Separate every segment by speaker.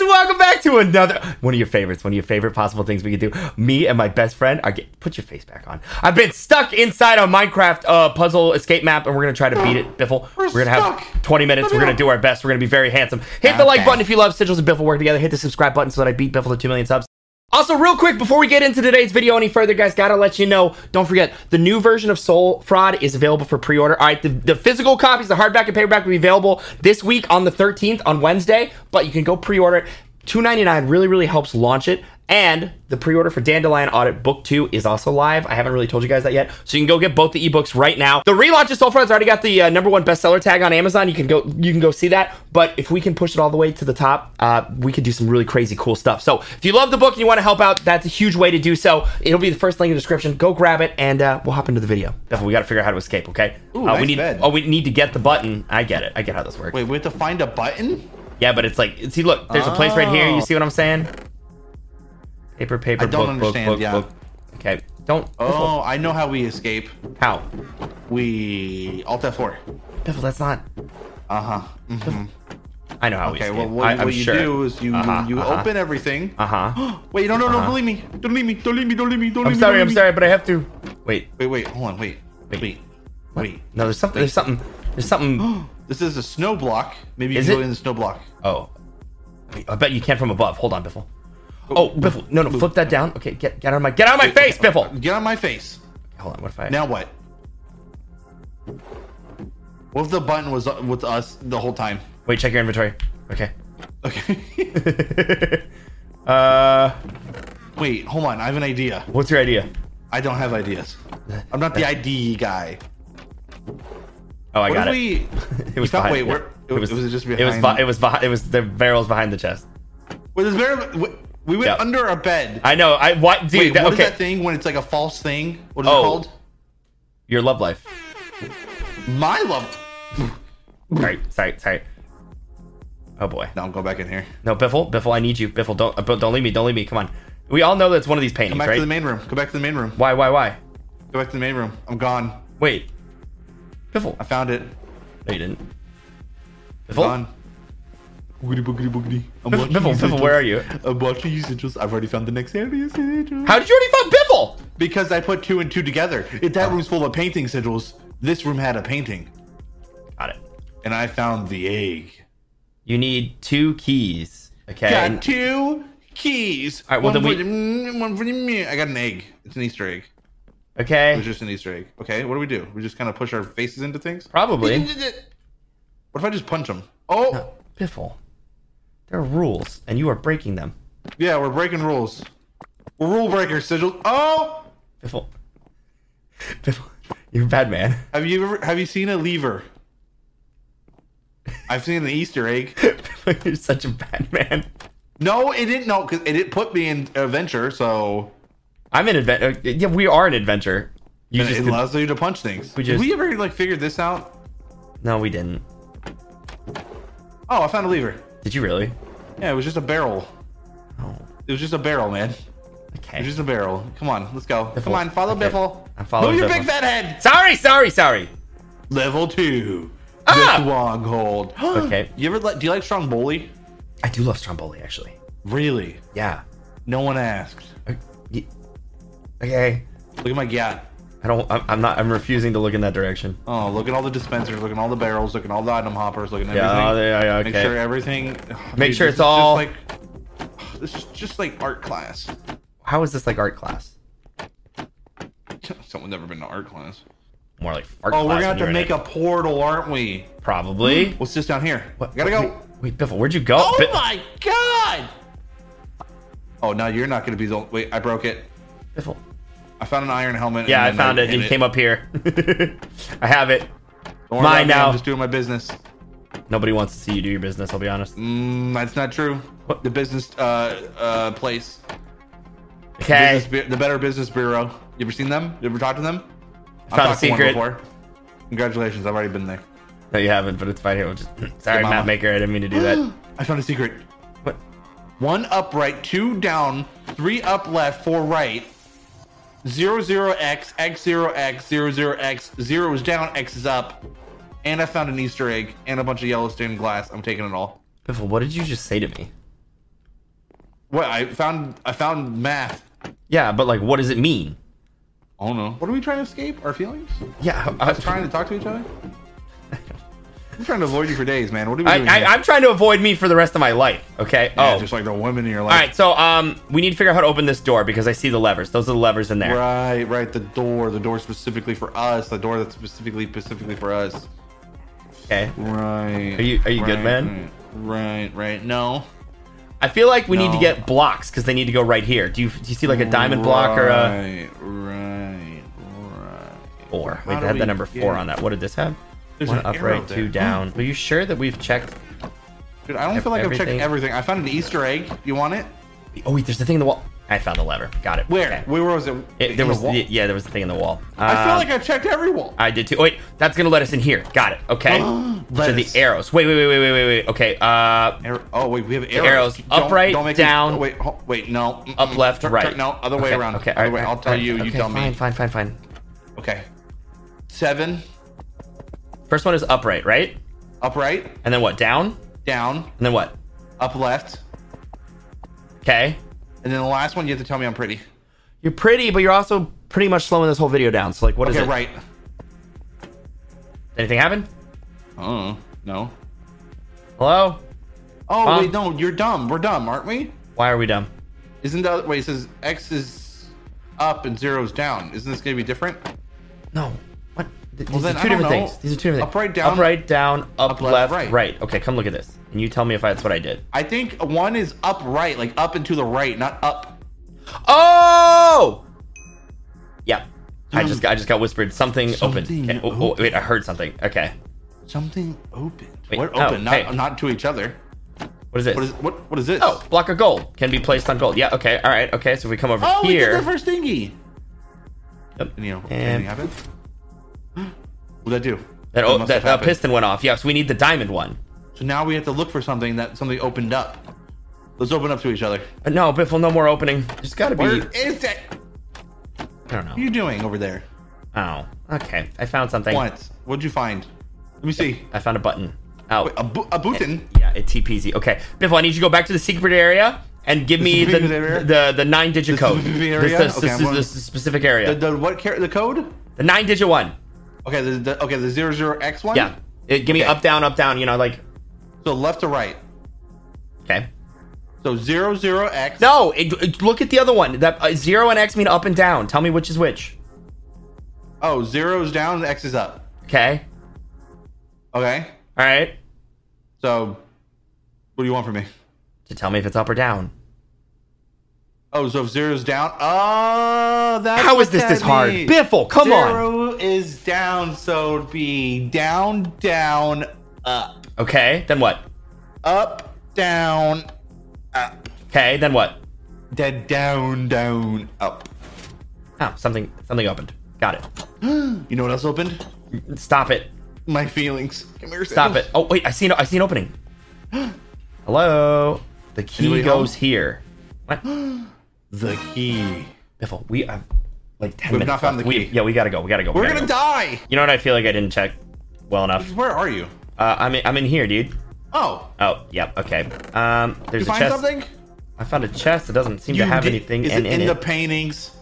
Speaker 1: welcome back to another one of your favorites. One of your favorite possible things we could do. Me and my best friend are get put your face back on. I've been stuck inside a Minecraft uh, puzzle escape map, and we're gonna try to beat it, Biffle.
Speaker 2: We're
Speaker 1: gonna have
Speaker 2: stuck.
Speaker 1: 20 minutes.
Speaker 2: Let me
Speaker 1: We're gonna
Speaker 2: out.
Speaker 1: do our best. We're gonna be very handsome. Hit the like
Speaker 3: Okay.
Speaker 1: button if you love Sigils and Biffle work together. Hit the subscribe button so that I beat Biffle to 2 million subs. Also, real quick, before we get into today's video any further, guys, gotta let you know, don't forget, the new version of Soul Fraud is available for pre-order. All right, the, the physical copies, the hardback and paperback will be available this week on the 13th, on Wednesday, but you can go pre-order it. 299 really, really helps launch it. And the pre-order for Dandelion Audit Book 2 is also live. I haven't really told you guys that yet. So you can go get both the ebooks right now. The relaunch of Soul Fraud's already got the uh, number one bestseller tag on Amazon. You can go you can go see that. But if we can push it all the way to the top, uh, we could do some really crazy cool stuff. So if you love the book and you want to help out, that's a huge way to do so. It'll be the first link in the description. Go grab it and uh, we'll hop into the video. Definitely, we got to figure out how to escape, okay?
Speaker 3: Ooh,
Speaker 1: Uh, we
Speaker 3: nice
Speaker 1: need
Speaker 3: bed.
Speaker 1: Oh, we need to get the button. I get it. I get how this works.
Speaker 3: Wait, we have to find a button?
Speaker 1: Yeah, but it's like, see, look, there's a place right here. You see what I'm saying? Paper, paper,
Speaker 3: Oh. I
Speaker 1: book,
Speaker 3: don't
Speaker 1: book,
Speaker 3: understand,
Speaker 1: book,
Speaker 3: yeah.
Speaker 1: book. Okay, don't. Biffle,
Speaker 3: Oh, I know how we escape.
Speaker 1: How?
Speaker 3: We Alt F4.
Speaker 1: Biffle, that's not.
Speaker 3: Uh huh.
Speaker 1: I know how we
Speaker 3: Okay.
Speaker 1: escape.
Speaker 3: Well, what,
Speaker 1: I, am
Speaker 3: what you
Speaker 1: sure.
Speaker 3: do is you
Speaker 1: Uh-huh,
Speaker 3: you
Speaker 1: uh-huh.
Speaker 3: open everything.
Speaker 1: Uh huh.
Speaker 3: Wait, no, no, no! Don't leave me! Don't leave me! Don't leave me! Don't leave me! Don't
Speaker 1: I'm
Speaker 3: leave me!
Speaker 1: sorry,
Speaker 3: don't
Speaker 1: I'm
Speaker 3: leave me.
Speaker 1: sorry, but I have to. Wait,
Speaker 3: Wait, wait, hold on, wait,
Speaker 1: Wait.
Speaker 3: wait, wait.
Speaker 1: no, there's something. There's something. There's something.
Speaker 3: This is a snow block. Maybe you
Speaker 1: Is
Speaker 3: can go
Speaker 1: it?
Speaker 3: in the snow block.
Speaker 1: Oh, Wait, I bet you can from above. Hold on, Biffle. Oh, Biffle, no, no, flip that down. Okay, get get out of my get out of my face, Biffle.
Speaker 3: Uh, Get on my face.
Speaker 1: Hold on, what if I?
Speaker 3: Now what? What if the button was uh, with us the whole time?
Speaker 1: Wait, check your inventory. Okay.
Speaker 3: Okay.
Speaker 1: uh,
Speaker 3: wait, hold on. I have an idea.
Speaker 1: what's your idea?
Speaker 3: I don't have ideas. I'm not the ID guy.
Speaker 1: Oh, I
Speaker 3: What
Speaker 1: got
Speaker 3: if
Speaker 1: it.
Speaker 3: we?
Speaker 1: It was
Speaker 3: You found-
Speaker 1: behind.
Speaker 3: wait,
Speaker 1: yeah.
Speaker 3: where- it was- was it just
Speaker 1: It was.
Speaker 3: behind-
Speaker 1: Behi- it was. Behind, it was the barrels behind the chest.
Speaker 3: Well, there's very, we- we went
Speaker 1: Yeah.
Speaker 3: under a bed.
Speaker 1: I know. I what, dude?
Speaker 3: wait,
Speaker 1: that-
Speaker 3: what is
Speaker 1: okay,
Speaker 3: that thing when it's like a false thing? What is
Speaker 1: Oh.
Speaker 3: it called?
Speaker 1: your love life.
Speaker 3: My love.
Speaker 1: sorry, sorry, sorry. Oh boy.
Speaker 3: No, go back in here.
Speaker 1: No, Biffle, Biffle, I need you. Biffle, don't, uh, don't leave me. Don't leave me. Come on. We all know that's one of these paintings,
Speaker 3: Come back
Speaker 1: right?
Speaker 3: to the main room. Go back to the main room.
Speaker 1: why, why, why?
Speaker 3: Go back to the main room. I'm gone.
Speaker 1: Wait, Biffle. Oh,
Speaker 3: I found it.
Speaker 1: No, you didn't. Biffle.
Speaker 3: Gone. Boogity boogity boogity. I'm
Speaker 1: Biffle,
Speaker 3: watching
Speaker 1: Biffle,
Speaker 3: these
Speaker 1: Biffle, where are
Speaker 3: angels.
Speaker 1: you?
Speaker 3: I'm watching these angels. I've already found the next area. sigils.
Speaker 1: How did you already find Biffle?
Speaker 3: Because I put two and two together. If
Speaker 1: Oh.
Speaker 3: that room's full of painting sigils, this room had a painting,
Speaker 1: Got it.
Speaker 3: and I found the egg.
Speaker 1: You need two keys. Okay.
Speaker 3: Got two keys.
Speaker 1: All right, well,
Speaker 3: one
Speaker 1: then
Speaker 3: for the, one for the me. I got an egg. It's an Easter egg. It
Speaker 1: Okay.
Speaker 3: was just an Easter egg. Okay, what do we do? We just kind of push our faces into things.
Speaker 1: Probably.
Speaker 3: What if I just punch him? Oh,
Speaker 1: Biffle. There are rules, and you are breaking them.
Speaker 3: yeah, we're breaking rules. We're rule breakers, sigil. Oh,
Speaker 1: Biffle. Biffle. You're a bad man.
Speaker 3: have you ever have you seen a lever? I've seen the Easter egg.
Speaker 1: Biffle, you're such a bad man.
Speaker 3: No, it didn't. No, because it didn't put me in adventure. So
Speaker 1: I'm an adventure. Yeah, we are an adventure. You
Speaker 3: it,
Speaker 1: just
Speaker 3: it
Speaker 1: did-
Speaker 3: allows you to punch things.
Speaker 1: We
Speaker 3: Did
Speaker 1: just-
Speaker 3: we ever like figure this out?
Speaker 1: No, we didn't.
Speaker 3: Oh, I found a lever.
Speaker 1: Did you really?
Speaker 3: Yeah, it was just a barrel.
Speaker 1: Oh,
Speaker 3: It was just a barrel, man.
Speaker 1: okay.
Speaker 3: It was just a barrel. Come on, let's go.
Speaker 1: Biffle.
Speaker 3: Come on, follow
Speaker 1: Okay.
Speaker 3: Biffle.
Speaker 1: I'm following
Speaker 3: Move your
Speaker 1: Biffle.
Speaker 3: big fat head.
Speaker 1: Sorry, sorry, sorry.
Speaker 3: Level two.
Speaker 1: Ah!
Speaker 3: The stronghold.
Speaker 1: Okay.
Speaker 3: You ever like? Do you like strong bully?
Speaker 1: I do love Stromboli, actually.
Speaker 3: Really?
Speaker 1: Yeah.
Speaker 3: No one asked.
Speaker 1: Uh, y- Okay.
Speaker 3: Look at my gat.
Speaker 1: I don't. I'm, I'm not. I'm refusing to look in that direction.
Speaker 3: Oh, look at all the dispensers. Look at all the barrels. Look at all the item hoppers. Look at everything.
Speaker 1: Yeah. yeah, yeah,
Speaker 3: Make
Speaker 1: okay.
Speaker 3: sure everything.
Speaker 1: Make sure
Speaker 3: Dude, this
Speaker 1: it's
Speaker 3: is just
Speaker 1: all-
Speaker 3: like. This is just like art class.
Speaker 1: How is this like art class?
Speaker 3: Someone's never been to art class.
Speaker 1: More like art class.
Speaker 3: Oh, we're gonna
Speaker 1: when
Speaker 3: have
Speaker 1: you're
Speaker 3: to
Speaker 1: in
Speaker 3: make
Speaker 1: it.
Speaker 3: a portal, aren't we?
Speaker 1: Probably.
Speaker 3: What's this down here?
Speaker 1: What-
Speaker 3: Gotta go.
Speaker 1: Wait, wait, Biffle, where'd you go?
Speaker 3: Oh
Speaker 1: Bi-
Speaker 3: my god! Oh, now you're not gonna be the. Wait, I broke it.
Speaker 1: Biffle.
Speaker 3: I found an iron helmet.
Speaker 1: Yeah, I found it. It came up here. I have it. Mine now.
Speaker 3: I'm just doing my business.
Speaker 1: Nobody wants to see you do your business. I'll be honest.
Speaker 3: Mm, that's not true.
Speaker 1: What?
Speaker 3: The business uh, uh, place.
Speaker 1: Okay.
Speaker 3: Business Bu- the Better Business Bureau. You ever seen them? You ever talked to them? I've
Speaker 1: Found a
Speaker 3: talked to one
Speaker 1: secret.
Speaker 3: before. Congratulations, I've already been there.
Speaker 1: No, you haven't, but it's fine. Here, we'll just, sorry,
Speaker 3: Your mama.
Speaker 1: map maker. I didn't mean to do that.
Speaker 3: I found a secret.
Speaker 1: What?
Speaker 3: One up right, two down, three up left, four right. Zero zero X X zero X zero zero X zero is down, X is up. And I found an Easter egg and a bunch of yellow stained glass. I'm taking it all.
Speaker 1: Biffle, what did you just say to me?
Speaker 3: What I found, I found math.
Speaker 1: Yeah, but like, what does it mean?
Speaker 3: Oh no! What are we trying to escape? Our feelings?
Speaker 1: Yeah,
Speaker 3: Us trying to talk to each other? I'm trying to avoid you for days, man. What are we
Speaker 1: I,
Speaker 3: doing?
Speaker 1: I,
Speaker 3: here?
Speaker 1: I'm trying to avoid me for the rest of my life. Okay.
Speaker 3: Yeah,
Speaker 1: oh.
Speaker 3: just like the women in your
Speaker 1: All
Speaker 3: life.
Speaker 1: right. So um, we need to figure out how to open this door because I see the levers. Those are the levers in there.
Speaker 3: Right, right. The door, the door specifically for us, the door that's specifically specifically for us.
Speaker 1: Okay.
Speaker 3: Right.
Speaker 1: Are you- are you
Speaker 3: right,
Speaker 1: good, man?
Speaker 3: Right, right. No.
Speaker 1: I feel like we need to
Speaker 3: No.
Speaker 1: get blocks because they need to go right here. Do you do you see like a diamond uh, block or a
Speaker 3: Right, right, right.
Speaker 1: four?
Speaker 3: How
Speaker 1: Wait,
Speaker 3: do
Speaker 1: they had
Speaker 3: we
Speaker 1: the number four
Speaker 3: get-
Speaker 1: on that. What did this have?
Speaker 3: There's
Speaker 1: One
Speaker 3: an
Speaker 1: up,
Speaker 3: arrow
Speaker 1: right, two
Speaker 3: there.
Speaker 1: down. Are you sure that we've checked?
Speaker 3: Dude, I don't feel like I've
Speaker 1: Everything.
Speaker 3: checked everything. I found an Easter egg. You want it?
Speaker 1: Oh wait, there's the thing in the wall. I found the lever. Got it.
Speaker 3: Where?
Speaker 1: Okay.
Speaker 3: Where was it?
Speaker 1: It,
Speaker 3: In
Speaker 1: there
Speaker 3: the
Speaker 1: was
Speaker 3: wall?
Speaker 1: the- yeah, there was the thing in the wall.
Speaker 3: I feel
Speaker 1: Um, uh,
Speaker 3: like I've checked every wall.
Speaker 1: I did too. Wait, that's gonna let us in here. Got it. Okay. so
Speaker 3: Let
Speaker 1: the
Speaker 3: us.
Speaker 1: arrows. Wait, wait, wait, wait, wait, wait, wait. Okay. Uh,
Speaker 3: Arrow- oh wait, we have arrows.
Speaker 1: arrows.
Speaker 3: Don't-
Speaker 1: Up, right,
Speaker 3: make
Speaker 1: down.
Speaker 3: Me, oh, wait, ho- wait, no. Mm-mm.
Speaker 1: up, left,
Speaker 3: Turn- turn-
Speaker 1: right.
Speaker 3: no, other way
Speaker 1: Okay,
Speaker 3: around.
Speaker 1: Okay.
Speaker 3: other
Speaker 1: alright,
Speaker 3: way. I'll
Speaker 1: alright,
Speaker 3: tell you.
Speaker 1: okay,
Speaker 3: you tell
Speaker 1: Fine,
Speaker 3: me.
Speaker 1: fine, fine, fine.
Speaker 3: Okay. Seven.
Speaker 1: First one is upright, right?
Speaker 3: Up, right,
Speaker 1: And then what? Down.
Speaker 3: down,
Speaker 1: And then what?
Speaker 3: up, left,
Speaker 1: Okay.
Speaker 3: and then the last one you have to tell me I'm pretty.
Speaker 1: You're pretty, but you're also pretty much slowing this whole video down. So like, what is
Speaker 3: okay,
Speaker 1: it?
Speaker 3: right.
Speaker 1: Anything happen?
Speaker 3: Oh no.
Speaker 1: Hello.
Speaker 3: Oh
Speaker 1: Huh?
Speaker 3: wait, no, you're dumb. We're dumb, aren't we?
Speaker 1: Why are we dumb?
Speaker 3: Isn't the wait? It says X is up and zero is down. Isn't this gonna be different?
Speaker 1: No. What? Th- These
Speaker 3: then,
Speaker 1: are
Speaker 3: I
Speaker 1: two
Speaker 3: don't
Speaker 1: different
Speaker 3: know.
Speaker 1: things. These are two different things.
Speaker 3: Up, right, down.
Speaker 1: Up, right, down. Up,
Speaker 3: Up,
Speaker 1: left,
Speaker 3: left,
Speaker 1: right.
Speaker 3: right.
Speaker 1: Okay, come look at this, and you tell me if that's what I did.
Speaker 3: I think one is up, right, like up and to the right, not up.
Speaker 1: Oh. Yep. I just I just got whispered something,
Speaker 3: Um,
Speaker 1: opened.
Speaker 3: Something
Speaker 1: Okay, oh, oh,
Speaker 3: opened.
Speaker 1: wait, I heard something. Okay.
Speaker 3: Something opened.
Speaker 1: Wait,
Speaker 3: what
Speaker 1: oh,
Speaker 3: open?
Speaker 1: hey.
Speaker 3: Not not to each other.
Speaker 1: What is this?
Speaker 3: What is what? What is this?
Speaker 1: Oh, block of gold can be placed on gold. Yeah. Okay. All right. Okay. So if we come over
Speaker 3: Oh, we
Speaker 1: here.
Speaker 3: did the first thingy.
Speaker 1: Yep.
Speaker 3: And, you know,
Speaker 1: And-
Speaker 3: anything happen? What'd that do?
Speaker 1: That, oh,
Speaker 3: must
Speaker 1: that
Speaker 3: have
Speaker 1: uh,
Speaker 3: happened.
Speaker 1: piston went off. Yeah, so we need the diamond one.
Speaker 3: So now we have to look for something that something opened up. Let's open up to each other.
Speaker 1: Uh, no, Biffle, no more opening. There's got to be.
Speaker 3: Where is that?
Speaker 1: I don't
Speaker 3: What are
Speaker 1: know.
Speaker 3: you doing over there?
Speaker 1: Oh, okay. I found something.
Speaker 3: What? What'd you find? Let me see.
Speaker 1: I found a button. Oh,
Speaker 3: Wait, a, bu- a button.
Speaker 1: yeah, it TPZ. Okay, Biffle, I need you to go back to the secret area and give me the
Speaker 3: secret area?
Speaker 1: the, the nine digit
Speaker 3: The
Speaker 1: code.
Speaker 3: specific
Speaker 1: This-
Speaker 3: area?
Speaker 1: this-
Speaker 3: Okay,
Speaker 1: this
Speaker 3: I'm
Speaker 1: is
Speaker 3: going-
Speaker 1: the specific area.
Speaker 3: The, the what? Car- the code?
Speaker 1: The nine digit one.
Speaker 3: Okay. The, the okay. The zero zero X one.
Speaker 1: Yeah. It, give me
Speaker 3: Okay.
Speaker 1: up, down, up, down, you know, like.
Speaker 3: So left to right.
Speaker 1: Okay.
Speaker 3: So zero zero X.
Speaker 1: No, it, it- look at the other one. That uh, zero and X mean up and down. Tell me which is which.
Speaker 3: Oh, zero is down. X is up.
Speaker 1: Okay.
Speaker 3: Okay.
Speaker 1: All right.
Speaker 3: So, what do you want from me?
Speaker 1: To tell me if it's up or down.
Speaker 3: Oh, so if zero's down. Oh, that's
Speaker 1: How
Speaker 3: what
Speaker 1: is this
Speaker 3: that
Speaker 1: this hard?
Speaker 3: means.
Speaker 1: Biffle, come on.
Speaker 3: Zero is down, so it'd be down, down, up,
Speaker 1: Okay, then what?
Speaker 3: up, down, up,
Speaker 1: Okay, then what?
Speaker 3: then down, down, up.
Speaker 1: Oh, something something opened. Got it.
Speaker 3: You know what else opened?
Speaker 1: Stop it.
Speaker 3: My feelings. Come here,
Speaker 1: Stop
Speaker 3: Sandals.
Speaker 1: it. Oh wait, I see an I see an opening. Hello. The key
Speaker 3: Anybody
Speaker 1: goes
Speaker 3: home?
Speaker 1: here. What?
Speaker 3: The key.
Speaker 1: Biffle, we have like ten
Speaker 3: We've
Speaker 1: minutes.
Speaker 3: not found
Speaker 1: left.
Speaker 3: the
Speaker 1: We-
Speaker 3: key.
Speaker 1: yeah, we gotta go. We gotta go. we
Speaker 3: We're
Speaker 1: gotta
Speaker 3: gonna
Speaker 1: go.
Speaker 3: die.
Speaker 1: You know what? I feel like I didn't check well enough.
Speaker 3: Where are you?
Speaker 1: Uh, I'm in, I'm in here, dude.
Speaker 3: Oh,
Speaker 1: Oh, yep. Okay. Um, there's
Speaker 3: you
Speaker 1: a
Speaker 3: find
Speaker 1: chest.
Speaker 3: something?
Speaker 1: I found a chest that doesn't seem
Speaker 3: You
Speaker 1: to have
Speaker 3: did-
Speaker 1: anything
Speaker 3: Is
Speaker 1: in,
Speaker 3: it
Speaker 1: in
Speaker 3: in the
Speaker 1: it
Speaker 3: paintings?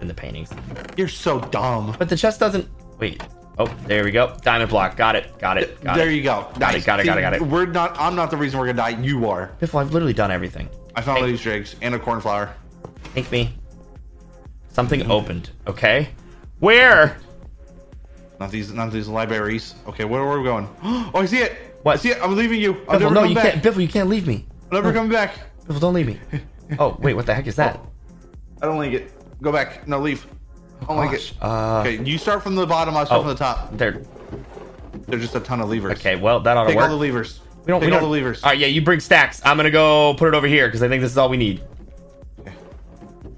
Speaker 1: in the paintings.
Speaker 3: You're so dumb.
Speaker 1: But the chest doesn't. Wait. Oh, there we go. Diamond block. Got it. Got it. Got
Speaker 3: there
Speaker 1: it.
Speaker 3: you go.
Speaker 1: Got it, got it, got it, got it.
Speaker 3: We're not. I'm not the reason we're gonna die. You are.
Speaker 1: Biffle, I've literally done everything.
Speaker 3: I found
Speaker 1: Hey.
Speaker 3: all these eggs and a cornflower.
Speaker 1: Think me.
Speaker 3: Mm-hmm.
Speaker 1: Something opened. Okay. Where?
Speaker 3: Not these. Not these libraries. Okay, where are we going? Oh, I see it.
Speaker 1: What?
Speaker 3: I see it. I'm leaving you. I'm
Speaker 1: Biffle,
Speaker 3: never
Speaker 1: no,
Speaker 3: coming
Speaker 1: you
Speaker 3: back.
Speaker 1: can't. Biffle, you can't leave me.
Speaker 3: I'm never coming back.
Speaker 1: Biffle, don't leave me. Oh, wait. What the heck is that?
Speaker 3: I don't like it. Go back. No, leave. Oh, I don't like
Speaker 1: Gosh,
Speaker 3: it.
Speaker 1: uh,
Speaker 3: okay, you start from the bottom. I start
Speaker 1: oh.
Speaker 3: from the top.
Speaker 1: There.
Speaker 3: There's just a ton of levers.
Speaker 1: Okay. Well, that ought to
Speaker 3: Take all the
Speaker 1: work.
Speaker 3: levers.
Speaker 1: we don't.
Speaker 3: Take
Speaker 1: we
Speaker 3: all
Speaker 1: don't.
Speaker 3: the levers.
Speaker 1: All right. Yeah. You bring stacks. I'm gonna go put it over here because I think this is all we need.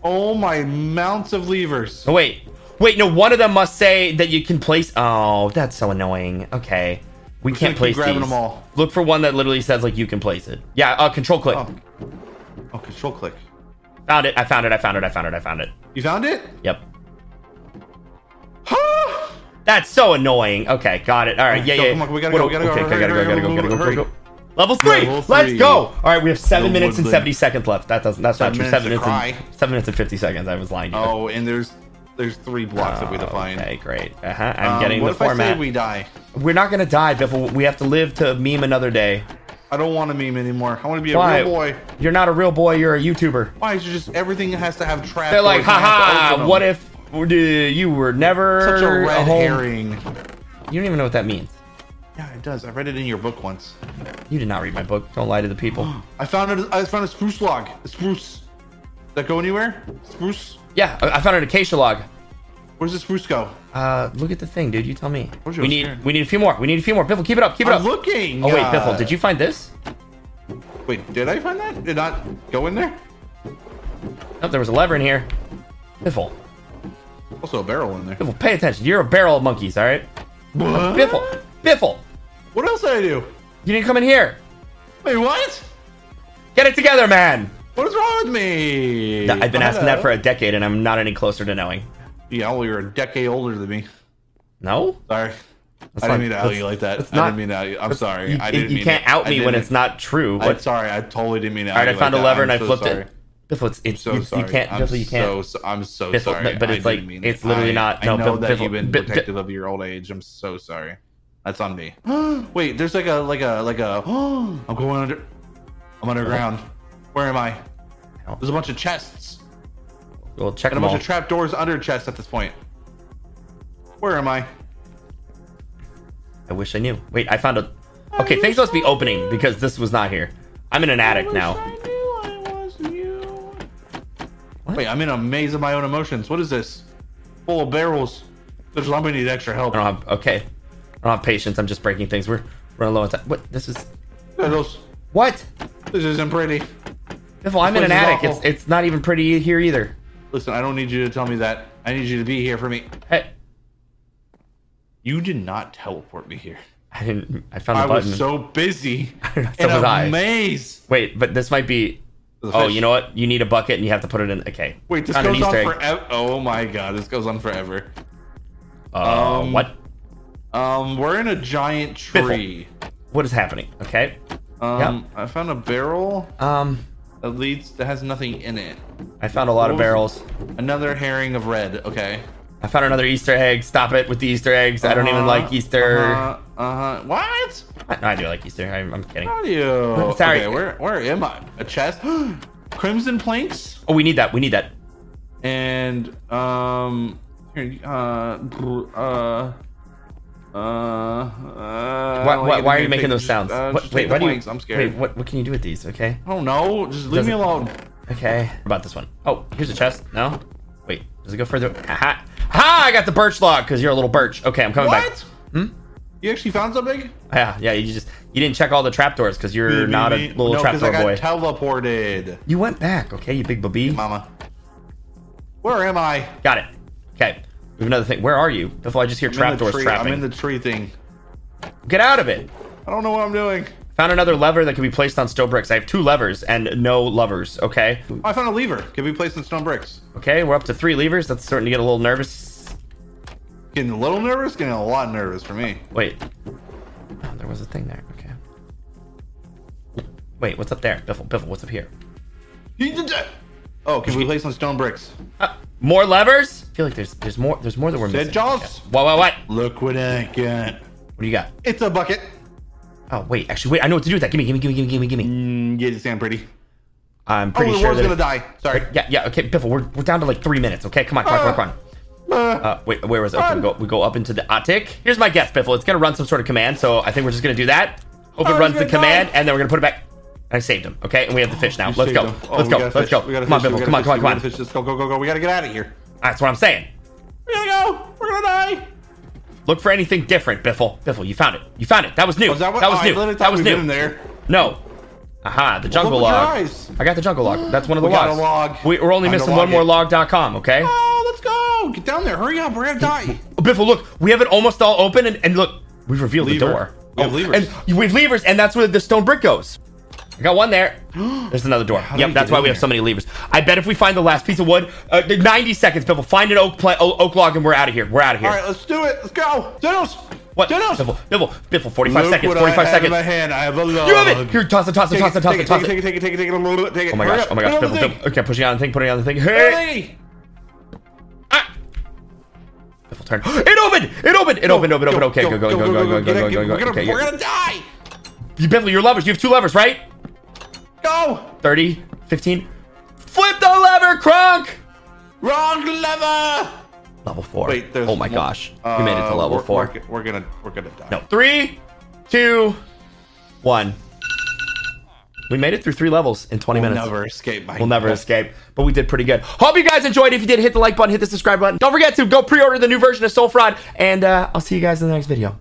Speaker 3: Oh my mounts of levers.
Speaker 1: Oh, wait. Wait. No. One of them must say that you can place. Oh, that's so annoying. Okay. We
Speaker 3: gonna
Speaker 1: can't
Speaker 3: keep
Speaker 1: place
Speaker 3: grabbing
Speaker 1: these.
Speaker 3: them all.
Speaker 1: Look for one that literally says like you can place it. Yeah. Uh, control click.
Speaker 3: Oh. oh, control click.
Speaker 1: Found it. I found it. I found it. I found it. I found it.
Speaker 3: You found it?
Speaker 1: Yep.
Speaker 3: Huh?
Speaker 1: That's so annoying. Okay, got it. All right, yeah,
Speaker 3: Go,
Speaker 1: yeah.
Speaker 3: come on, we gotta
Speaker 1: What
Speaker 3: go,
Speaker 1: do-
Speaker 3: we gotta go,
Speaker 1: okay,
Speaker 3: hurry,
Speaker 1: gotta go,
Speaker 3: hurry,
Speaker 1: gotta go,
Speaker 3: hurry,
Speaker 1: gotta go, gotta go,
Speaker 3: hurry.
Speaker 1: gotta go. Level 3
Speaker 3: Level
Speaker 1: Let's
Speaker 3: three.
Speaker 1: go. All right, we have seven
Speaker 3: Level
Speaker 1: minutes and
Speaker 3: three.
Speaker 1: seventy seconds left. That doesn't. That's not
Speaker 3: Seven
Speaker 1: true.
Speaker 3: minutes
Speaker 1: Seven
Speaker 3: to
Speaker 1: minutes. And,
Speaker 3: cry.
Speaker 1: seven minutes and fifty seconds. I was lying. To you.
Speaker 3: Oh, and there's there's three blocks that we have to find.
Speaker 1: Oh, Okay, great. Uh-huh. I'm
Speaker 3: Um,
Speaker 1: getting
Speaker 3: what
Speaker 1: the
Speaker 3: if I
Speaker 1: format.
Speaker 3: say we die?
Speaker 1: We're not gonna die, Biffle. We have to live to meme another day.
Speaker 3: I don't want to meme anymore. I want to be a
Speaker 1: Why?
Speaker 3: real boy.
Speaker 1: You're not a real boy. You're a YouTuber.
Speaker 3: Why is it just everything has to have traps?
Speaker 1: They're like, haha. What if uh, you were never
Speaker 3: Such a red
Speaker 1: home-
Speaker 3: herring.
Speaker 1: You don't even know what that means.
Speaker 3: Yeah, it does. I read it in your book once.
Speaker 1: You did not read my book. Don't lie to the people.
Speaker 3: I found it. I found a spruce log. A spruce. Does that go anywhere? Spruce.
Speaker 1: Yeah, I I found an acacia log.
Speaker 3: Where's the spruce go?
Speaker 1: Uh, look at the thing, dude. You tell me.
Speaker 3: Told you I
Speaker 1: We
Speaker 3: was
Speaker 1: need,
Speaker 3: scared.
Speaker 1: we need a few more. We need a few more. Biffle, keep it up. Keep it
Speaker 3: I'm
Speaker 1: up.
Speaker 3: looking.
Speaker 1: Oh wait,
Speaker 3: uh,
Speaker 1: Biffle, did you find this?
Speaker 3: Wait, did I find that? Did not go in there?
Speaker 1: Nope, there was a lever in here. Biffle,
Speaker 3: Also a barrel in there.
Speaker 1: Biffle, pay attention. You're a barrel of monkeys, all right?
Speaker 3: What?
Speaker 1: Biffle, Biffle,
Speaker 3: What else did I do?
Speaker 1: you didn't come in here.
Speaker 3: Wait, what?
Speaker 1: Get it together, man.
Speaker 3: What is wrong with me?
Speaker 1: I've been asking that for
Speaker 3: A-
Speaker 1: a decade, and I'm not any closer to knowing.
Speaker 3: yeah, well, you're a decade older than me.
Speaker 1: No,
Speaker 3: Sorry. I
Speaker 1: not-
Speaker 3: didn't mean to out you like that. I
Speaker 1: not-
Speaker 3: didn't mean to out you. I'm sorry.
Speaker 1: you,
Speaker 3: I didn't
Speaker 1: you
Speaker 3: mean
Speaker 1: can't
Speaker 3: it.
Speaker 1: out
Speaker 3: I
Speaker 1: me when
Speaker 3: didn't-
Speaker 1: it's not true.
Speaker 3: I'm
Speaker 1: What?
Speaker 3: sorry. I totally didn't mean to.
Speaker 1: All right, I found a lever and I flipped it.
Speaker 3: I'm
Speaker 1: Biffle, it's, it's
Speaker 3: so
Speaker 1: you, you
Speaker 3: sorry.
Speaker 1: can't.
Speaker 3: I'm
Speaker 1: Biffle, you can't.
Speaker 3: So, so, I'm so
Speaker 1: Biffle,
Speaker 3: sorry.
Speaker 1: but- but
Speaker 3: I
Speaker 1: it's like-
Speaker 3: didn't mean
Speaker 1: it's
Speaker 3: it.
Speaker 1: literally
Speaker 3: I-
Speaker 1: not-
Speaker 3: I
Speaker 1: no,
Speaker 3: know
Speaker 1: Biff-
Speaker 3: that
Speaker 1: Biffle-
Speaker 3: you've been
Speaker 1: Biff- Biff-
Speaker 3: protective of your old age. I'm so sorry. That's on me. Wait, there's like a like a like a. I'm going under. I'm underground.
Speaker 1: Uh-huh.
Speaker 3: Where am I?
Speaker 1: Out.
Speaker 3: There's a bunch of chests
Speaker 1: We'll check
Speaker 3: and a
Speaker 1: them all.
Speaker 3: bunch of trap doors under chests at this point. Where am I?
Speaker 1: I wish I knew. Wait, I found a. Okay, things must be opening because this was not here. I'm in an attic now. What?
Speaker 3: Wait, I'm in a maze of my own emotions. What is this? Full of barrels. There's I'm gonna need extra help.
Speaker 1: I don't have. Okay, I don't have patience. I'm just breaking things. We're running low on time. What? This is
Speaker 3: Yeah, those-
Speaker 1: what?
Speaker 3: This isn't pretty.
Speaker 1: Biffle, I'm in an
Speaker 3: This place is
Speaker 1: attic. It's
Speaker 3: awful.
Speaker 1: it's not even pretty e-, here either.
Speaker 3: Listen, I don't need you to tell me that. I need you to be here for me.
Speaker 1: Hey,
Speaker 3: You did not teleport me here.
Speaker 1: I didn't. I found the
Speaker 3: I
Speaker 1: button.
Speaker 3: was so busy
Speaker 1: So
Speaker 3: in
Speaker 1: was
Speaker 3: a
Speaker 1: I.
Speaker 3: maze.
Speaker 1: Wait, but this might be.
Speaker 3: The
Speaker 1: Oh,
Speaker 3: fish.
Speaker 1: you know what? You need a bucket and you have to put it in. Okay.
Speaker 3: Wait, this
Speaker 1: Found an
Speaker 3: goes on
Speaker 1: Easter egg.
Speaker 3: forever. Oh my god, this goes on forever.
Speaker 1: Uh,
Speaker 3: um,
Speaker 1: what?
Speaker 3: Um, we're in a giant tree.
Speaker 1: What is happening? Okay.
Speaker 3: Um, I found a barrel
Speaker 1: Um,
Speaker 3: that leads that has nothing in it.
Speaker 1: I found a lot of
Speaker 3: What was-
Speaker 1: barrels.
Speaker 3: Another herring of red. Okay.
Speaker 1: I found another Easter egg. Stop it with the Easter eggs. I don't even
Speaker 3: Uh-huh,
Speaker 1: like Easter.
Speaker 3: Uh huh. What?
Speaker 1: No, I do like Easter. I, I'm kidding. Oh,
Speaker 3: How do you?
Speaker 1: Sorry.
Speaker 3: Okay, where where am I? A chest. Crimson planks.
Speaker 1: Oh, we need that. We need that.
Speaker 3: and um here, uh br- uh uh, uh
Speaker 1: Why, why, why are you making those sounds? What-
Speaker 3: wait,
Speaker 1: why do you?
Speaker 3: I'm scared.
Speaker 1: Wait, what, what can you do with these? Okay.
Speaker 3: I don't know. Just leave
Speaker 1: Does
Speaker 3: me
Speaker 1: it-
Speaker 3: alone.
Speaker 1: Okay. What about this one? Oh, here's a chest. No. Wait. Does it go further? Ha! Ha! I got the birch log because you're a little birch. Okay, I'm coming
Speaker 3: What?
Speaker 1: back. Hmm?
Speaker 3: You actually found something?
Speaker 1: Yeah, yeah. You just you didn't check all the trapdoors because you're
Speaker 3: Me,
Speaker 1: not
Speaker 3: me,
Speaker 1: a
Speaker 3: me.
Speaker 1: little
Speaker 3: no, 'cause
Speaker 1: trapdoor
Speaker 3: I got
Speaker 1: boy.
Speaker 3: teleported.
Speaker 1: you went back. Okay, you big baby.
Speaker 3: Mama. Where am I?
Speaker 1: Got it. Okay. We have another thing. Where are you? Before I just hear
Speaker 3: I'm in the
Speaker 1: trapdoors
Speaker 3: tree.
Speaker 1: trapping.
Speaker 3: I'm in the tree thing.
Speaker 1: Get out of it.
Speaker 3: I don't know what I'm doing.
Speaker 1: Found another lever that can be placed on stone bricks. I have two levers and no lovers. Okay.
Speaker 3: Oh, I found a lever. Can we place in stone bricks?
Speaker 1: Okay, we're up to three levers. That's starting to get a little nervous.
Speaker 3: Getting a little nervous. Getting a lot nervous for me.
Speaker 1: Wait. Oh, there was a thing there. Okay. Wait, what's up there? Biffle, Biffle, what's up here?
Speaker 3: Oh, can we place on stone bricks?
Speaker 1: Uh, more levers? I feel like there's there's more there's more that we're
Speaker 3: Dead
Speaker 1: missing.
Speaker 3: jaws.
Speaker 1: What what what?
Speaker 3: Look what I got.
Speaker 1: What do you got?
Speaker 3: It's a bucket.
Speaker 1: Oh wait, actually wait, I know what to do with that. Gimme, gimme, gimme, gimme, gimme, gimme.
Speaker 3: Mm, you sound pretty.
Speaker 1: I'm
Speaker 3: Oh,
Speaker 1: pretty
Speaker 3: the
Speaker 1: sure
Speaker 3: world's
Speaker 1: that
Speaker 3: gonna
Speaker 1: if-
Speaker 3: die. Sorry.
Speaker 1: Yeah, yeah, okay, Biffle, we're, we're down to like three minutes, okay? Come on, come on, come on, come on.
Speaker 3: Uh,
Speaker 1: Uh, wait, where was it? Okay, we
Speaker 3: Run.
Speaker 1: go, we go up into the attic. Here's my guess, Biffle. It's gonna run some sort of command, so I think we're just gonna do that. Hope it
Speaker 3: Oh,
Speaker 1: runs the
Speaker 3: he's gonna die.
Speaker 1: command, and then we're gonna put it back. I saved him, okay? And we have the fish now.
Speaker 3: you
Speaker 1: Let's
Speaker 3: saved
Speaker 1: go.
Speaker 3: him. Oh,
Speaker 1: Let's
Speaker 3: we
Speaker 1: go.
Speaker 3: gotta
Speaker 1: Let's
Speaker 3: fish.
Speaker 1: go.
Speaker 3: We gotta
Speaker 1: Come on,
Speaker 3: fish. We
Speaker 1: Biffle.
Speaker 3: gotta
Speaker 1: Come on,
Speaker 3: fish.
Speaker 1: come on, come
Speaker 3: We gotta
Speaker 1: on.
Speaker 3: fish. Let's go, go, go, go. We gotta get out of here.
Speaker 1: That's what I'm saying.
Speaker 3: We gotta go. We're gonna die.
Speaker 1: Look for anything different, Biffle. Biffle, you found it. You found it. That was new.
Speaker 3: Was that what?
Speaker 1: was
Speaker 3: oh, I
Speaker 1: new.
Speaker 3: literally
Speaker 1: that
Speaker 3: thought
Speaker 1: was
Speaker 3: we'd
Speaker 1: new.
Speaker 3: been in there.
Speaker 1: No. Aha, the jungle
Speaker 3: with your
Speaker 1: log.
Speaker 3: eyes.
Speaker 1: I got the jungle log. That's one of the
Speaker 3: We got a
Speaker 1: logs.
Speaker 3: log.
Speaker 1: We, are only
Speaker 3: Time to
Speaker 1: missing
Speaker 3: log
Speaker 1: one more
Speaker 3: it.
Speaker 1: log.com, okay?
Speaker 3: Oh, let's go. Get down there. Hurry up. We're gonna die.
Speaker 1: Biffle, look, we have it almost all open, and, and look, we've revealed the
Speaker 3: Lever.
Speaker 1: door.
Speaker 3: We have levers.
Speaker 1: And we have levers, and that's where the stone brick goes. I got one there. There's another door.
Speaker 3: do we
Speaker 1: Yep, that's
Speaker 3: get
Speaker 1: why
Speaker 3: in
Speaker 1: we have
Speaker 3: there?
Speaker 1: so many levers. I bet if we find the last piece of wood, uh, 90 seconds, Biffle, find an oak, pla- o- oak log, and we're out of here. We're out of here.
Speaker 3: All right, let's do it. Let's go. Zenos.
Speaker 1: What?
Speaker 3: No, no.
Speaker 1: Biffle, Biffle, Biffle, 45
Speaker 3: Look
Speaker 1: seconds,
Speaker 3: what I
Speaker 1: 45
Speaker 3: have
Speaker 1: seconds.
Speaker 3: In my hand. I have a log.
Speaker 1: You have it! Here, toss it, toss it,
Speaker 3: Take
Speaker 1: toss it, toss
Speaker 3: take
Speaker 1: it, toss
Speaker 3: Take it,
Speaker 1: it.
Speaker 3: take it, take it, take it, a little bit, take it.
Speaker 1: Oh my
Speaker 3: Hurry
Speaker 1: gosh,
Speaker 3: up,
Speaker 1: oh my gosh,
Speaker 3: hurry up,
Speaker 1: Biffle,
Speaker 3: take
Speaker 1: Biffle. Okay, pushing on the thing, putting on the thing.
Speaker 3: it.
Speaker 1: Hey! Ah!
Speaker 3: Hurry.
Speaker 1: Biffle turn. It opened! It opened! It opened, opened, opened. Okay, go, go, go, go, go, go,
Speaker 3: Get
Speaker 1: go,
Speaker 3: up, get-
Speaker 1: go, go,
Speaker 3: We're
Speaker 1: go.
Speaker 3: gonna-
Speaker 1: Okay,
Speaker 3: we're
Speaker 1: yeah.
Speaker 3: gonna die.
Speaker 1: You Biffle, your levers. You have two levers, right?
Speaker 3: Go.
Speaker 1: 30, 15. Flip the lever, Kronk!
Speaker 3: Wrong lever.
Speaker 1: Level four.
Speaker 3: Wait, there's.
Speaker 1: oh my
Speaker 3: more-
Speaker 1: gosh. we made it to
Speaker 3: Uh,
Speaker 1: level
Speaker 3: we're-
Speaker 1: 4
Speaker 3: We're, we're gonna, we're gonna die.
Speaker 1: No. Three, two, one. We made it through three levels in 20
Speaker 3: We'll
Speaker 1: minutes.
Speaker 3: never escape. my-
Speaker 1: We'll never escape, but we did pretty good. Hope you guys enjoyed. If you did, hit the like button, hit the subscribe button. Don't forget to go pre order the new version of Soul Fraud, and uh, I'll see you guys in the next video.